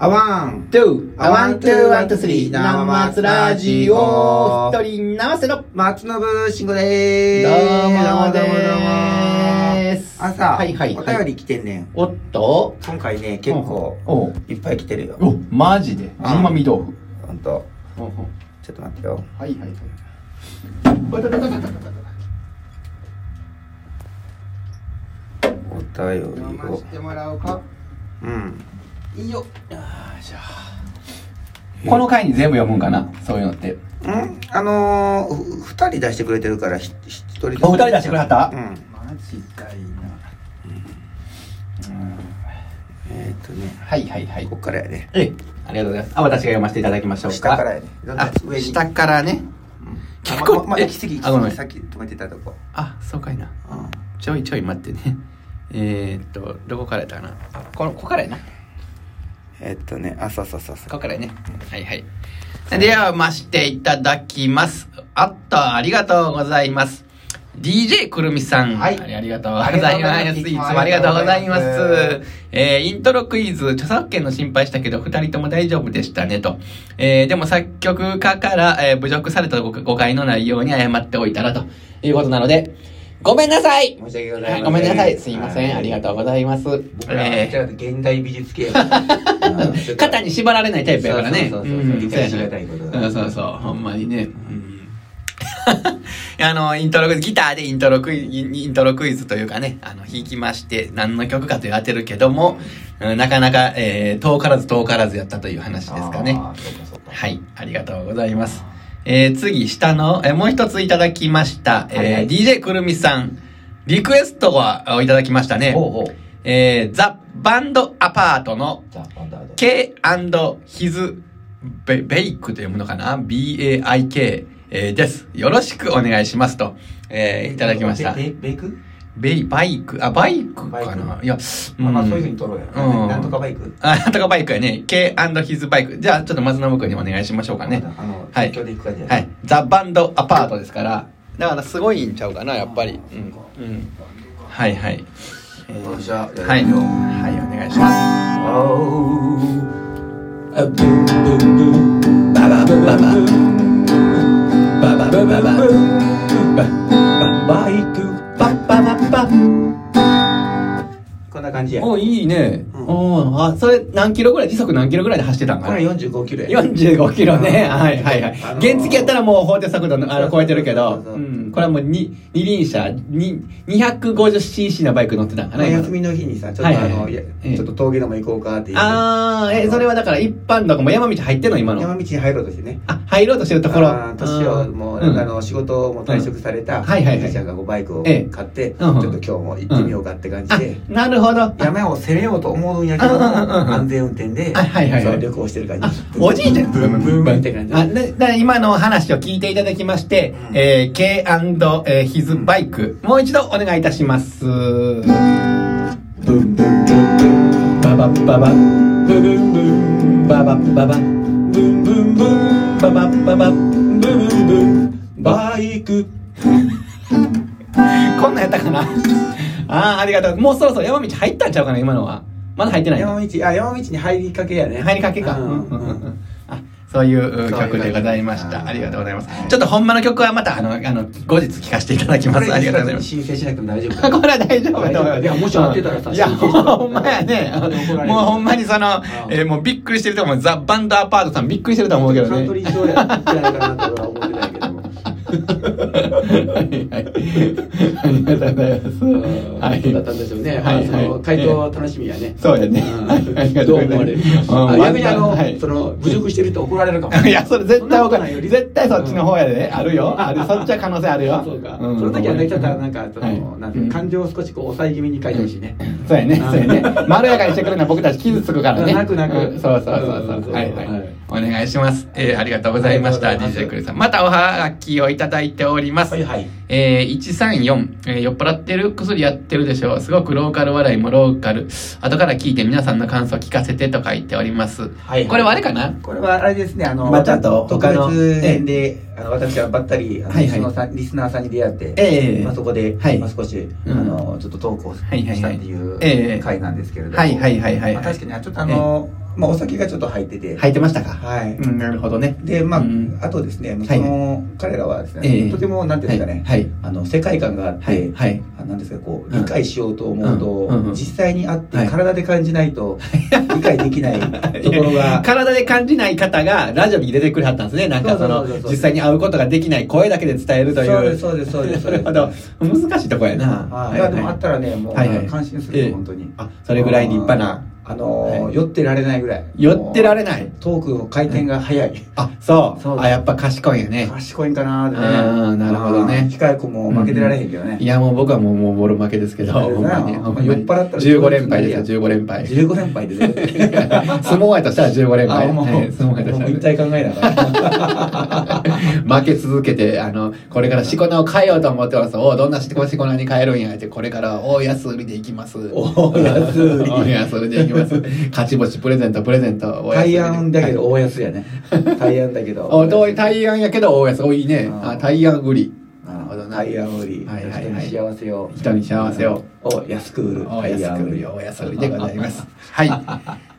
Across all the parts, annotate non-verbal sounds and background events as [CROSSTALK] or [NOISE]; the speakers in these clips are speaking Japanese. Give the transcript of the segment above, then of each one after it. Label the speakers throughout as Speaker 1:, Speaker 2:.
Speaker 1: あワン、
Speaker 2: トゥー、
Speaker 1: あ
Speaker 2: ワン、トゥー、ワン、トゥー、スリー、生松ラジオ、一人生せろ
Speaker 1: 松信慎吾で
Speaker 2: どう
Speaker 1: ーす。
Speaker 2: も
Speaker 1: どうもどうも
Speaker 2: でーす
Speaker 1: あのさ、
Speaker 2: はいはいはい
Speaker 1: お便り来てんねん。
Speaker 2: おっと
Speaker 1: 今回ね、結構、
Speaker 2: おう
Speaker 1: いっぱい来てるよ。
Speaker 2: お、マジで
Speaker 1: あ
Speaker 2: ジンマミ豆腐。
Speaker 1: ほんと。
Speaker 2: は
Speaker 1: ちょっと待ってよ。
Speaker 2: いはいはい。
Speaker 1: お便りを。
Speaker 2: てもらおうか
Speaker 1: うん。
Speaker 2: いいよ。じゃあ。この回に全部読むんかなそういうのって。
Speaker 1: うんあのー、ふ二人出してくれてるから、ひひ一人で
Speaker 2: お、二人出してくれはった
Speaker 1: うん。
Speaker 2: マジかいな。
Speaker 1: えーっとね、
Speaker 2: はいはいはい
Speaker 1: こ。っからやね。
Speaker 2: ええ、ありがとうございます。あ、私が読ませていただきましょうか。
Speaker 1: 下からやね。どんどん
Speaker 2: あ、
Speaker 1: 上に。
Speaker 2: 下から
Speaker 1: う
Speaker 2: ね。
Speaker 1: ん
Speaker 2: 結構
Speaker 1: あままま
Speaker 2: え
Speaker 1: 行き過ぎ、行き
Speaker 2: あごめ
Speaker 1: 過
Speaker 2: ん
Speaker 1: ぎ。さっき止めてたとこ。
Speaker 2: あ、そうかいな。
Speaker 1: うん。
Speaker 2: ちょいちょい待ってね。えー、っと、どこからやったかな。あ、この、ここからやな。こ
Speaker 1: えーっとね、あ、そうそうそうそう。
Speaker 2: こからやね。はいはい。では、ましていただきます。あった、ありがとうございます。DJ くるみさん。
Speaker 1: はい
Speaker 2: ありがとうございます。いつもありがとうございます。えーイントロクイズ、著作権の心配したけど、二人とも大丈夫でしたね、と。えーでも作曲家から、えー侮辱されたご誤解のないように謝っておいたら、ということなので、ごめんなさい
Speaker 1: 申し訳ございませ
Speaker 2: はい、
Speaker 1: ん。
Speaker 2: ごめんなさい。すいません。
Speaker 1: は
Speaker 2: ありがとうございます。
Speaker 1: 僕らはどち
Speaker 2: え
Speaker 1: らかというと現代美術系やから
Speaker 2: ー [LAUGHS] 肩に縛られないタイプやからね。
Speaker 1: そうそうそう
Speaker 2: うん
Speaker 1: 理解しがたいことだ
Speaker 2: うんそうそう、ほんまにね。うん [LAUGHS] あの、イントロクイズ、ギターでイントロクイズ、イントロクイズというかね、あの、弾きまして、何の曲かという当てるけども、うんなかなか、えー遠からず遠からずやったという話ですかね。
Speaker 1: あーそうかそうか
Speaker 2: はい、ありがとうございます。えー次、下の、えーもう一ついただきました。えー
Speaker 1: はいはい
Speaker 2: DJ くるみさん、リクエストをいただきましたね。
Speaker 1: ほうほう
Speaker 2: えーザ・バンド・アパートの
Speaker 1: じゃあ今度はどう
Speaker 2: K&His ベベイクというものかな ?B-A-I-K、えーです。よろしくお願いしますと、えーいただきました。
Speaker 1: ベベイク
Speaker 2: ベイ、バイク、あ、バイク
Speaker 1: バイ
Speaker 2: かな
Speaker 1: ク
Speaker 2: いや、
Speaker 1: まあまあ
Speaker 2: ん
Speaker 1: そういうふうに取ろうや
Speaker 2: うん
Speaker 1: なんとかバイク
Speaker 2: あ、なんとかバイクやね。K&His バイク。じゃあ、ちょっと松信君にお願いしましょうかね。
Speaker 1: あの
Speaker 2: はい
Speaker 1: 東京で行く感じやね
Speaker 2: はい、ザ・バンド・アパートですからだからすごいんちゃうかなやっぱりうん、うん、はいはい、えー
Speaker 1: よっしゃやるよ
Speaker 2: はいはいお願いします
Speaker 1: こんな感じやこ
Speaker 2: おいいね、
Speaker 1: うん
Speaker 2: おあそれ何キロぐらい時速何キロぐらいで走ってたんかな
Speaker 1: れ45キロや
Speaker 2: 45キロね。
Speaker 1: あー
Speaker 2: はいはいはい。
Speaker 1: あのー
Speaker 2: 原付やったらもう法定速度のあの超えてるけ
Speaker 1: そ
Speaker 2: ど、
Speaker 1: うそう、そううそうん
Speaker 2: これはもうに二輪車、に 250cc なバイク乗ってたんか
Speaker 1: ま
Speaker 2: な
Speaker 1: あ
Speaker 2: 今
Speaker 1: 休みの日にさちょっとあ
Speaker 2: はいはい
Speaker 1: の
Speaker 2: はい
Speaker 1: いや
Speaker 2: ええ
Speaker 1: ちょっと峠でも行こうかっていう
Speaker 2: ああ、え、それはだから一般道も山道入ってんの今の。
Speaker 1: 山道に入ろうとしてね
Speaker 2: あ、入ろうとしてるところ。
Speaker 1: あー年をもう、
Speaker 2: ん
Speaker 1: あの仕事をもう退職された
Speaker 2: んはいはいはい
Speaker 1: おじいちゃんがこうバイクを
Speaker 2: ええ
Speaker 1: 買って、
Speaker 2: うんうん
Speaker 1: ちょっと今日も行ってみようかって感じ
Speaker 2: あ
Speaker 1: で、、
Speaker 2: なるほど。
Speaker 1: 山を攻めようと思うんやけども、
Speaker 2: うんうんうんうん
Speaker 1: 安全運転で、
Speaker 2: あはいはいはい
Speaker 1: その旅行してる感
Speaker 2: あ
Speaker 1: じ、
Speaker 2: おじいちゃん。
Speaker 1: ブンブンブンブンって感じ
Speaker 2: あ、で、で今のお話を聞いていただきまして、
Speaker 1: うん
Speaker 2: えー、K& えー、ヒズバイク、もう一度お願いいたします。
Speaker 1: ブンブンブンブンババンババンブンブンブンババンババンブンブンブンババンババンブンブンブンバイク
Speaker 2: こんなんやったかなあー、ありがとう。もうそろそろ山道入ったんちゃうかな、今のは。まだ入ってない。
Speaker 1: 山道あ山道に入りかけやね
Speaker 2: 入りかけか。
Speaker 1: うんうんうん
Speaker 2: あそういうう
Speaker 1: そういう
Speaker 2: 曲でございました。
Speaker 1: あー
Speaker 2: ありがとうございます。ちょっと本間の曲はまたあのあの後日聞かせていただきます。ありがとうございます。
Speaker 1: 申請しなくても大丈夫か
Speaker 2: これは大丈夫だと思います。
Speaker 1: いやもし合ってたらさ
Speaker 2: いや、
Speaker 1: 申請したら
Speaker 2: ほんまやね
Speaker 1: 怒。られる
Speaker 2: もうほんまにその、えーもうびっくりしてると思う。ザ・バンド・アパートさんびっくりしてると思うけど
Speaker 1: カントリ
Speaker 2: ね。
Speaker 1: ーショーやってないかなとは思ってないけどもそうだ
Speaker 2: はいはいありがとうございます。 [LAUGHS] はい
Speaker 1: ったんでしょうね。
Speaker 2: はい
Speaker 1: あその回答楽しみやね。
Speaker 2: そうやね
Speaker 1: ん。
Speaker 2: はいありがと
Speaker 1: どう
Speaker 2: うご
Speaker 1: 思
Speaker 2: ざ
Speaker 1: わ
Speaker 2: い
Speaker 1: れる
Speaker 2: ます。
Speaker 1: あ
Speaker 2: うん
Speaker 1: 逆にあの、
Speaker 2: はい
Speaker 1: その、侮辱してると怒られるかも。
Speaker 2: いや、それ絶対わかんない
Speaker 1: そんことよ
Speaker 2: よ。
Speaker 1: り
Speaker 2: 絶対そっちの方やで、ね。あるよ。ある、そっちは可能性あるよ。
Speaker 1: そうか。
Speaker 2: うん
Speaker 1: その時はね、ちょっとなんか、その、
Speaker 2: はい
Speaker 1: なんていうの感情を少しこう抑え気味に書いてほしいね。
Speaker 2: そうやね、そうやね。まろやかにしてくれるのは僕たち傷つくからね。
Speaker 1: 泣く泣く
Speaker 2: うんそうそうそう
Speaker 1: うん
Speaker 2: そ。
Speaker 1: そうう
Speaker 2: はいはい
Speaker 1: はい。
Speaker 2: お願いします。えーありがとうございました。
Speaker 1: ありがとうござい
Speaker 2: DJ
Speaker 1: ます
Speaker 2: クルさん。またおはがきをいただいております。
Speaker 1: はい。
Speaker 2: えー134、えー酔っ払ってる薬やってるでしょう。すごくローカル笑いもローカル。後から聞いて皆さんの感想聞かせてと書いております。
Speaker 1: はい
Speaker 2: これはあれかな
Speaker 1: これはあれですね、あの、
Speaker 2: またと
Speaker 1: 特
Speaker 2: 他の
Speaker 1: 別編で、あの、私はばったり、あの
Speaker 2: はい
Speaker 1: リ
Speaker 2: は
Speaker 1: ス
Speaker 2: い
Speaker 1: ナーさんリスナーさんに出会って、
Speaker 2: ええ
Speaker 1: まあそこで、
Speaker 2: はい
Speaker 1: まあ少し、あ
Speaker 2: うん
Speaker 1: の、ちょっとトークを
Speaker 2: はいはいはい
Speaker 1: したってい
Speaker 2: ええ
Speaker 1: う回なんですけれども、
Speaker 2: はいはいはいはいはい
Speaker 1: まあ確かに、ちょっとあの、まあ、お酒がちょっと入ってて、
Speaker 2: 入ってましたか。
Speaker 1: はい
Speaker 2: うん、なるほどね。
Speaker 1: でまあ、
Speaker 3: うん
Speaker 1: あとですね
Speaker 2: い
Speaker 1: その、彼らはです
Speaker 2: え
Speaker 1: ね、
Speaker 2: え
Speaker 1: とてもなんていうんですかね、
Speaker 2: はい。
Speaker 1: あの世界観があって、
Speaker 2: はい。はい。
Speaker 1: あなんですかこう
Speaker 2: うん
Speaker 1: 理解しようと思うと、
Speaker 2: うんうんうん
Speaker 1: 実際に会って
Speaker 2: はい
Speaker 1: 体で感じない
Speaker 2: [LAUGHS]
Speaker 1: と理解できないところ [LAUGHS] が、
Speaker 2: 体で感じない方がラジオに出てくれはったんですね。なんかその
Speaker 1: そうそうそう、そう
Speaker 2: 実際に会うことができない声だけで伝えるという。
Speaker 1: そうですそうですそう
Speaker 2: [LAUGHS]
Speaker 1: ですそ
Speaker 2: な
Speaker 1: うで
Speaker 2: る
Speaker 1: す
Speaker 2: ほど。難しいとこやな。
Speaker 1: はい、いやでもあったらねもう、
Speaker 2: はいはい
Speaker 1: 感心する
Speaker 2: え
Speaker 1: よ
Speaker 2: え
Speaker 1: 本当に
Speaker 2: あ、それぐらい立派な。
Speaker 1: あのー
Speaker 2: はい
Speaker 1: 酔ってられないぐらい
Speaker 2: 寄ってら
Speaker 1: れ
Speaker 2: れない。
Speaker 1: トークの回転が早い、
Speaker 2: あ、そう。
Speaker 1: そうです
Speaker 2: あ、やっぱ賢いよね。
Speaker 1: 賢いんかなーってね
Speaker 2: あーなるほどね
Speaker 1: あー控え子も負けてられへんけどね、
Speaker 2: いや、もう僕はもう、もうボロ負けですけど、
Speaker 1: そうです
Speaker 2: ほん
Speaker 1: ね
Speaker 2: まに。ほんまに
Speaker 1: 酔っ払ったら
Speaker 2: 15連敗ですよ、15連敗。
Speaker 1: 15連敗でね
Speaker 2: [LAUGHS] 相撲愛としたら15連
Speaker 1: あ
Speaker 2: 敗。
Speaker 1: もう、
Speaker 2: はい相撲愛と
Speaker 1: もう一
Speaker 2: した
Speaker 1: 体考えなが [LAUGHS] ら
Speaker 2: ら。負け続けて、あの、これからしこ名を変えようと思ってます。おうどんなしこしこ名に変えるんやって、これから大安売りでいきます。
Speaker 1: 大安売り
Speaker 2: 大安売りでいきます。勝ち星プレゼント、プレゼント、大安売り
Speaker 1: 対
Speaker 2: で
Speaker 1: 案だけど大安や [LAUGHS] ね対案だけど
Speaker 2: お、どうい、大安やけど大安。お、いいね。
Speaker 1: あー
Speaker 2: あ、大安売り。
Speaker 1: なるほど
Speaker 2: な
Speaker 1: イアン売り、
Speaker 2: はいはいは
Speaker 1: 人
Speaker 2: い
Speaker 1: に幸せを
Speaker 2: 人に幸せを。
Speaker 1: を安く売る
Speaker 2: お安く売り、
Speaker 1: を
Speaker 2: お安売りでございます。はい。 [LAUGHS]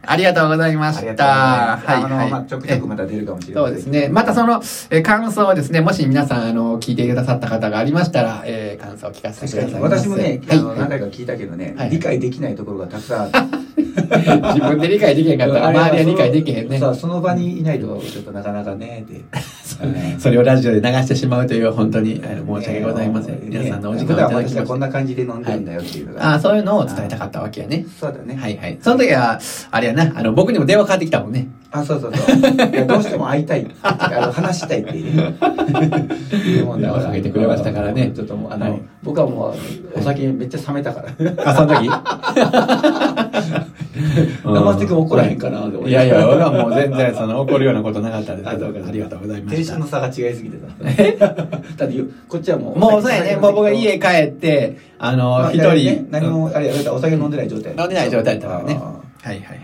Speaker 2: ありがとうございま
Speaker 1: あ
Speaker 2: し
Speaker 1: りがとうございます
Speaker 2: た。
Speaker 1: あの、
Speaker 2: はい、
Speaker 1: まあ、
Speaker 2: はい。
Speaker 1: ちょくちょくまた出るかもしれない
Speaker 2: そうですね。またその、えー感想をですね、もし皆さん、あの、聞いてくださった方がありましたら、えー感想を聞かせて
Speaker 1: 確
Speaker 2: く
Speaker 1: か
Speaker 2: だ
Speaker 1: に
Speaker 2: さいませ。
Speaker 1: 私もね、あの
Speaker 2: は
Speaker 1: 何
Speaker 2: い。
Speaker 1: 回か聞いたけどね、
Speaker 2: はい
Speaker 1: 理解できないところがたくさんあって
Speaker 2: [LAUGHS] 自分で理解できへんかったら、
Speaker 1: あれ
Speaker 2: 周りは理解
Speaker 1: その
Speaker 2: できへんね。
Speaker 1: そうその場にいないとちょっとなかなかねって [LAUGHS]
Speaker 2: それをラジオで流してしまうという、本当に、あの申し訳ございません。皆さんのお時間をいただき
Speaker 1: 私は
Speaker 2: ま
Speaker 1: こ
Speaker 2: し
Speaker 1: ん
Speaker 2: た。
Speaker 1: な感じで飲んでるんだよっていうのが、
Speaker 2: ああ、そういうのを伝えたかったわけやね。
Speaker 1: そうだね、
Speaker 2: はいはい。その時は、あれやな、あの、僕にも電話かかってきたもんね。
Speaker 1: あそうそうそういやどうしても会いたいってあの話したいっていうね
Speaker 2: [LAUGHS]
Speaker 1: いうもんだから
Speaker 2: 電話かけてくれましたからね
Speaker 1: ちょっともうあの、
Speaker 2: はい
Speaker 1: 僕はもうお酒めっちゃ冷めたから
Speaker 2: あ、そ
Speaker 1: [LAUGHS]
Speaker 2: の時
Speaker 1: 生瀬君怒らへんかなって思って
Speaker 2: いやいや、俺はもう全然その怒るようなことなかったですけ
Speaker 1: あそうか
Speaker 2: ど、ありがとうございま
Speaker 1: テン
Speaker 2: し
Speaker 1: ショ
Speaker 2: た
Speaker 1: ンの。差が違いすぎて
Speaker 2: [LAUGHS]
Speaker 1: た。だってよこっちはもう。
Speaker 2: もうそうやね、もう僕は家帰って、あ
Speaker 1: ま
Speaker 2: の、
Speaker 1: あ
Speaker 2: 一人、
Speaker 1: 何も、あれやだからお酒飲んでない状態。
Speaker 2: 飲んでない状態だったからね。
Speaker 1: あー
Speaker 2: はいはいはい。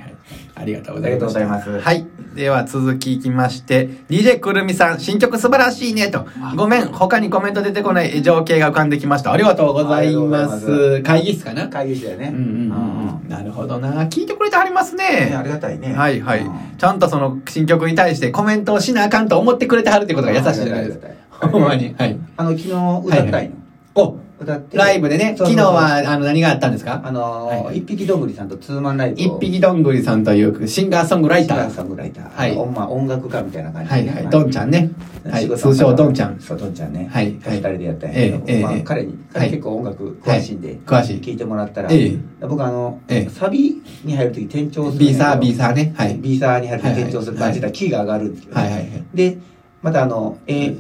Speaker 2: ありがとうご
Speaker 1: あ
Speaker 2: ざ
Speaker 1: り
Speaker 2: い
Speaker 1: がとう
Speaker 2: ま
Speaker 1: ご
Speaker 2: す
Speaker 1: ざ。います。
Speaker 3: はい。では続きいきまして、DJ くるみさん、新曲素晴らしいねと。ごめん、他にコメント出てこない情景が浮かんできました。ありがとうございま
Speaker 1: ありがとうござ
Speaker 2: す。会議室かな
Speaker 1: 会議室だよね。
Speaker 2: うんうんうんうん。なるほどな。聞いてくれてはります
Speaker 1: うんねあ
Speaker 3: ね。
Speaker 1: りがたいね。
Speaker 3: はいは
Speaker 1: う
Speaker 3: い
Speaker 1: ん。
Speaker 3: ちゃんとその新曲に対してコメントをしなあかんと思ってくれてはるってことが優しいじゃないですか
Speaker 1: ありがたい。ありがたい
Speaker 2: ほんまに。はい。
Speaker 1: あの、昨日歌ったいの。
Speaker 2: お、
Speaker 1: 歌って。
Speaker 2: ライブでね、
Speaker 1: そう
Speaker 2: 昨
Speaker 1: そう
Speaker 2: 日
Speaker 1: そう
Speaker 2: は、あの、何があったんですか
Speaker 1: あの
Speaker 2: は
Speaker 1: ー、
Speaker 2: い
Speaker 1: 一匹どんぐりさんとツーマンライブ
Speaker 2: 一
Speaker 1: を。
Speaker 2: 匹どんぐりさんというシンガーソングライタ
Speaker 1: ラ
Speaker 2: ー
Speaker 1: イ。ター。ライター。
Speaker 2: はい
Speaker 1: あのまあ音楽家みたいな感じ
Speaker 2: は
Speaker 1: で
Speaker 2: い
Speaker 1: ね。
Speaker 2: はい。どんちゃんね。はい。通称どんちゃん。
Speaker 1: そう、どんちゃんね。
Speaker 2: はいは
Speaker 1: 二
Speaker 2: い
Speaker 1: 人でやったんやけど、
Speaker 2: ええ
Speaker 1: まあ
Speaker 2: ええ
Speaker 1: 彼に、
Speaker 2: は
Speaker 1: 彼
Speaker 2: い
Speaker 1: 結構音楽詳しいんで、
Speaker 2: 詳しい。
Speaker 1: 聞いてもらったら、
Speaker 2: ええ。
Speaker 1: 僕あの、
Speaker 2: ええ
Speaker 1: サビに入るとき転調する。
Speaker 2: ビーサー、ビーサーね。はい。
Speaker 1: B サーに入るとき転調する感じだ、キーが上がるんですよね、
Speaker 2: はいはいはい。
Speaker 1: で、またあの、え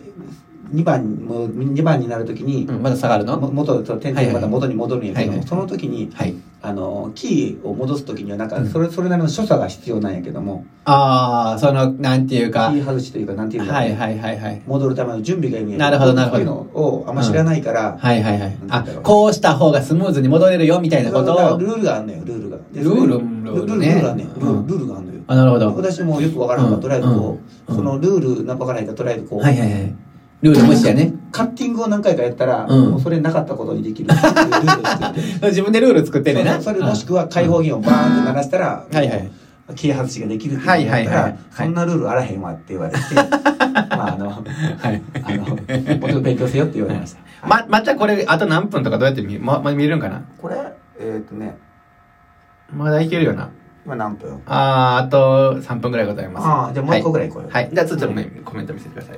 Speaker 1: 2番、もう2番になるときに、
Speaker 2: うん、まだ下がる
Speaker 1: も
Speaker 2: の
Speaker 1: 元、その転調がまた元に戻るんやけど、
Speaker 2: はいはい
Speaker 1: その時に、
Speaker 2: はい。
Speaker 1: あの、キーを戻すときには、なんか、それ、それなりの所作が必要なんやけども、
Speaker 2: ああ、その、なんていう
Speaker 1: キ
Speaker 2: か。はい
Speaker 1: ー外しというか、なんていうのか
Speaker 2: は
Speaker 1: ね、
Speaker 2: いはいはい。
Speaker 1: 戻るための準備が意味やけ
Speaker 2: なるほどなるほど
Speaker 1: そういうのをあんま知らないから、
Speaker 2: はいはいはい
Speaker 1: うん。
Speaker 2: あ、こうした方がスムーズに戻れるよ、みたいなこ
Speaker 1: だ
Speaker 2: と
Speaker 1: から
Speaker 2: を
Speaker 1: ル。ールがあんのよ、ルールが。で
Speaker 2: ルール
Speaker 1: それル
Speaker 2: ルール
Speaker 1: ル
Speaker 2: ね
Speaker 1: ールがあんのよ。ル
Speaker 2: う
Speaker 1: ー
Speaker 2: ん
Speaker 1: ルルールがあんのよ。
Speaker 2: あ、なるほど。
Speaker 1: 私もよくわからなかった。とりあえずこう、
Speaker 2: うん
Speaker 1: そのルールなんかわからないから、とりあえずこう、
Speaker 2: はいはいはい。ルール無視やね。
Speaker 1: カッティングを何回かやったら、
Speaker 2: うん
Speaker 1: もうそれなかったことにできるっていうルールを作って
Speaker 2: [LAUGHS] 自分でルール作ってんねん
Speaker 1: そうそ
Speaker 2: な。
Speaker 1: うそれもしくは開放弦をバーンって鳴らしたら、
Speaker 2: はいはい。
Speaker 1: 切り外しができるっていうのをやった
Speaker 3: はいはい
Speaker 1: ら
Speaker 3: はい、はい
Speaker 1: そんなルールあらへんわって言われて、まああの、
Speaker 2: はい。
Speaker 1: あの、もうちょっと勉強せよって言われました。
Speaker 3: ま、まっちゃんこれ、あと何分とかどうやって見、ま、ま見れるんかな
Speaker 1: これ、えっ、とね、
Speaker 3: まだいけるよな。
Speaker 1: 今何分
Speaker 3: あー、あと3分ぐらいございます。
Speaker 1: ああ、じゃあもう一個ぐらい行こうよ。
Speaker 3: はい。じゃあ、ちょっとコメント見せてくださ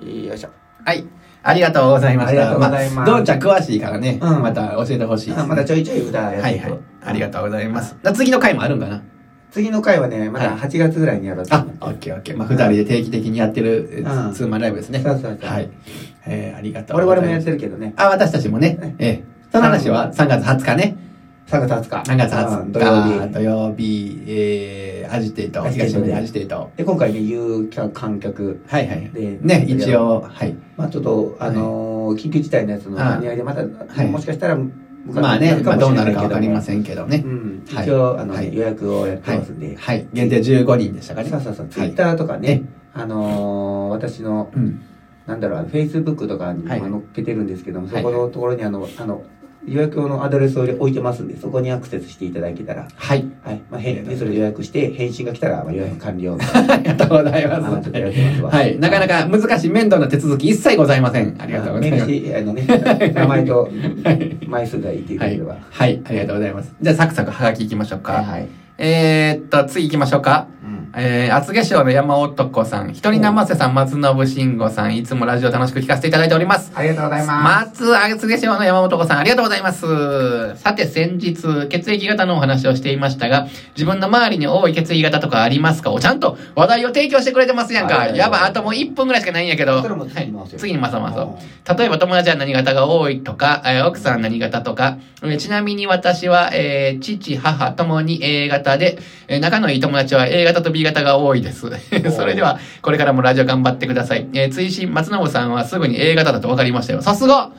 Speaker 3: い。
Speaker 1: よいしょ。
Speaker 3: はい。ありがとうございました。
Speaker 1: ありがとうございます
Speaker 3: どんちゃん詳しいからね、
Speaker 1: うん
Speaker 3: また教えてほしいです、
Speaker 1: まだちょいちょい歌やっ
Speaker 3: は
Speaker 1: て
Speaker 3: い
Speaker 1: ると
Speaker 3: はい。ありがとうございます。だから次の回もあるんかな
Speaker 1: 次の回はね、まだ
Speaker 3: はい
Speaker 1: 8月ぐらいにやろうと
Speaker 2: あ
Speaker 1: 思って、
Speaker 2: オッケーオッケー。まあ、二人で定期的にやってるえ
Speaker 1: うん
Speaker 2: ーツーマンライブですね。
Speaker 1: そうそうそう
Speaker 2: はい。えー、ありがとう
Speaker 1: 我
Speaker 2: ござ
Speaker 1: 々
Speaker 2: います。
Speaker 1: もやってるけどね、
Speaker 2: あ、私たちもね。ええ。その話は3月20日ね。
Speaker 1: 3月20日。
Speaker 2: 3月20日。
Speaker 1: 土曜日。
Speaker 2: 土曜日、えー、アジテート。
Speaker 1: アジテー
Speaker 2: 東
Speaker 1: トで
Speaker 2: 森アジテート。
Speaker 1: で、今回ね、有観客。
Speaker 2: はいはい。
Speaker 1: で
Speaker 2: ね、一応、はい。
Speaker 1: まあちょっと、あのー緊急事態のやつの
Speaker 2: は
Speaker 1: 兼
Speaker 2: い
Speaker 1: ね合いで、また、
Speaker 2: い
Speaker 1: もしかしたら、
Speaker 2: まあね、まあどうなるかわかりま
Speaker 1: ん
Speaker 2: せんけど
Speaker 1: け
Speaker 2: ね
Speaker 1: ど。も。うん。
Speaker 2: はい
Speaker 1: 一応、あの、
Speaker 2: はい
Speaker 1: 予約をやって
Speaker 2: はい
Speaker 1: ますんで。。
Speaker 2: はい。限定15人でしたかね
Speaker 1: そ。うそうそう、ツイ
Speaker 2: はい
Speaker 1: ッターとかね
Speaker 2: え、
Speaker 1: あのー私の、
Speaker 2: うん。
Speaker 1: なんだろう、フェイスブックとかにも
Speaker 2: はい
Speaker 1: 載っけてるんですけども、
Speaker 2: はい
Speaker 1: そこのところにあの、あの、予約用のアドレスを置いてますんで、そこにアクセスしていただけたら、
Speaker 2: はい。
Speaker 1: はい。まあ、返でそれ予約して、返信が来たら、まあ、予約完了。
Speaker 2: [LAUGHS] ありがとうござい
Speaker 1: あま
Speaker 2: ま
Speaker 1: あち
Speaker 2: す。
Speaker 1: ょっとやってますわ
Speaker 2: はい。なかなか難しい面倒な手続き一切ございません。ありがとうございます。
Speaker 1: メールしあのね、名前と枚数がいいっていう
Speaker 2: は
Speaker 1: 意味
Speaker 2: い。
Speaker 1: では。
Speaker 2: はい。ありがとうございます。じゃあ、サクサクはがきいきましょうか。
Speaker 1: はい。
Speaker 2: えー、っと、次行きましょうか。
Speaker 1: うん
Speaker 2: えー、厚化粧の山男さん、ひとりなませさん、松信慎吾さん、いつもラジオ楽しく聞かせていただいております。
Speaker 1: ありがとうございます。
Speaker 2: 松厚化粧の山本子さん、ありがとうございます。さて、先日、血液型のお話をしていましたが、自分の周りに多い血液型とかありますかお、ちゃんと話題を提供してくれてますやん
Speaker 1: は
Speaker 2: か。
Speaker 1: いはい
Speaker 2: やば、あともう1分ぐらいしかないんやけど。
Speaker 1: それも次に回すよ
Speaker 2: はい次に回そう回そう
Speaker 1: うん
Speaker 2: 例えば友達は何型が多いとか、えー奥さん何型とか、えーちなみに私は、えー父、母ともに A 型で、えー仲のいい友達は A 型と B 型が多いです。 [LAUGHS] それでは、これからもラジオ頑張ってください。えー追伸、松信さんはすぐに A 型だと分かりましたよ。さす [LAUGHS] が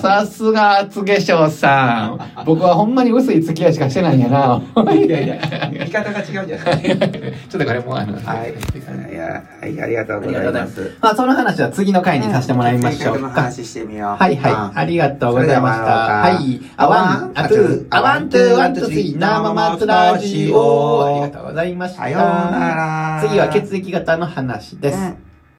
Speaker 2: さすが厚化粧さん。僕はほんまに薄い付き合いしかしてないんやな。
Speaker 1: いやいや、言い方が違うじゃない
Speaker 2: ちょっとこれもうあの、
Speaker 1: はい。いや、はい、ありがとうございます。
Speaker 2: [LAUGHS] まあその話は次の回にさせてもらいましょう
Speaker 1: 血液型の
Speaker 2: か。
Speaker 1: 話してみよう。
Speaker 2: はいはい。ありがとうございました。はい。あワン、あトゥー、あワン、トゥー、ワン、トゥー、スリー、生松ラジオ。ありがとうございました。
Speaker 1: さようなら
Speaker 2: 次は血液型の話です。
Speaker 1: うん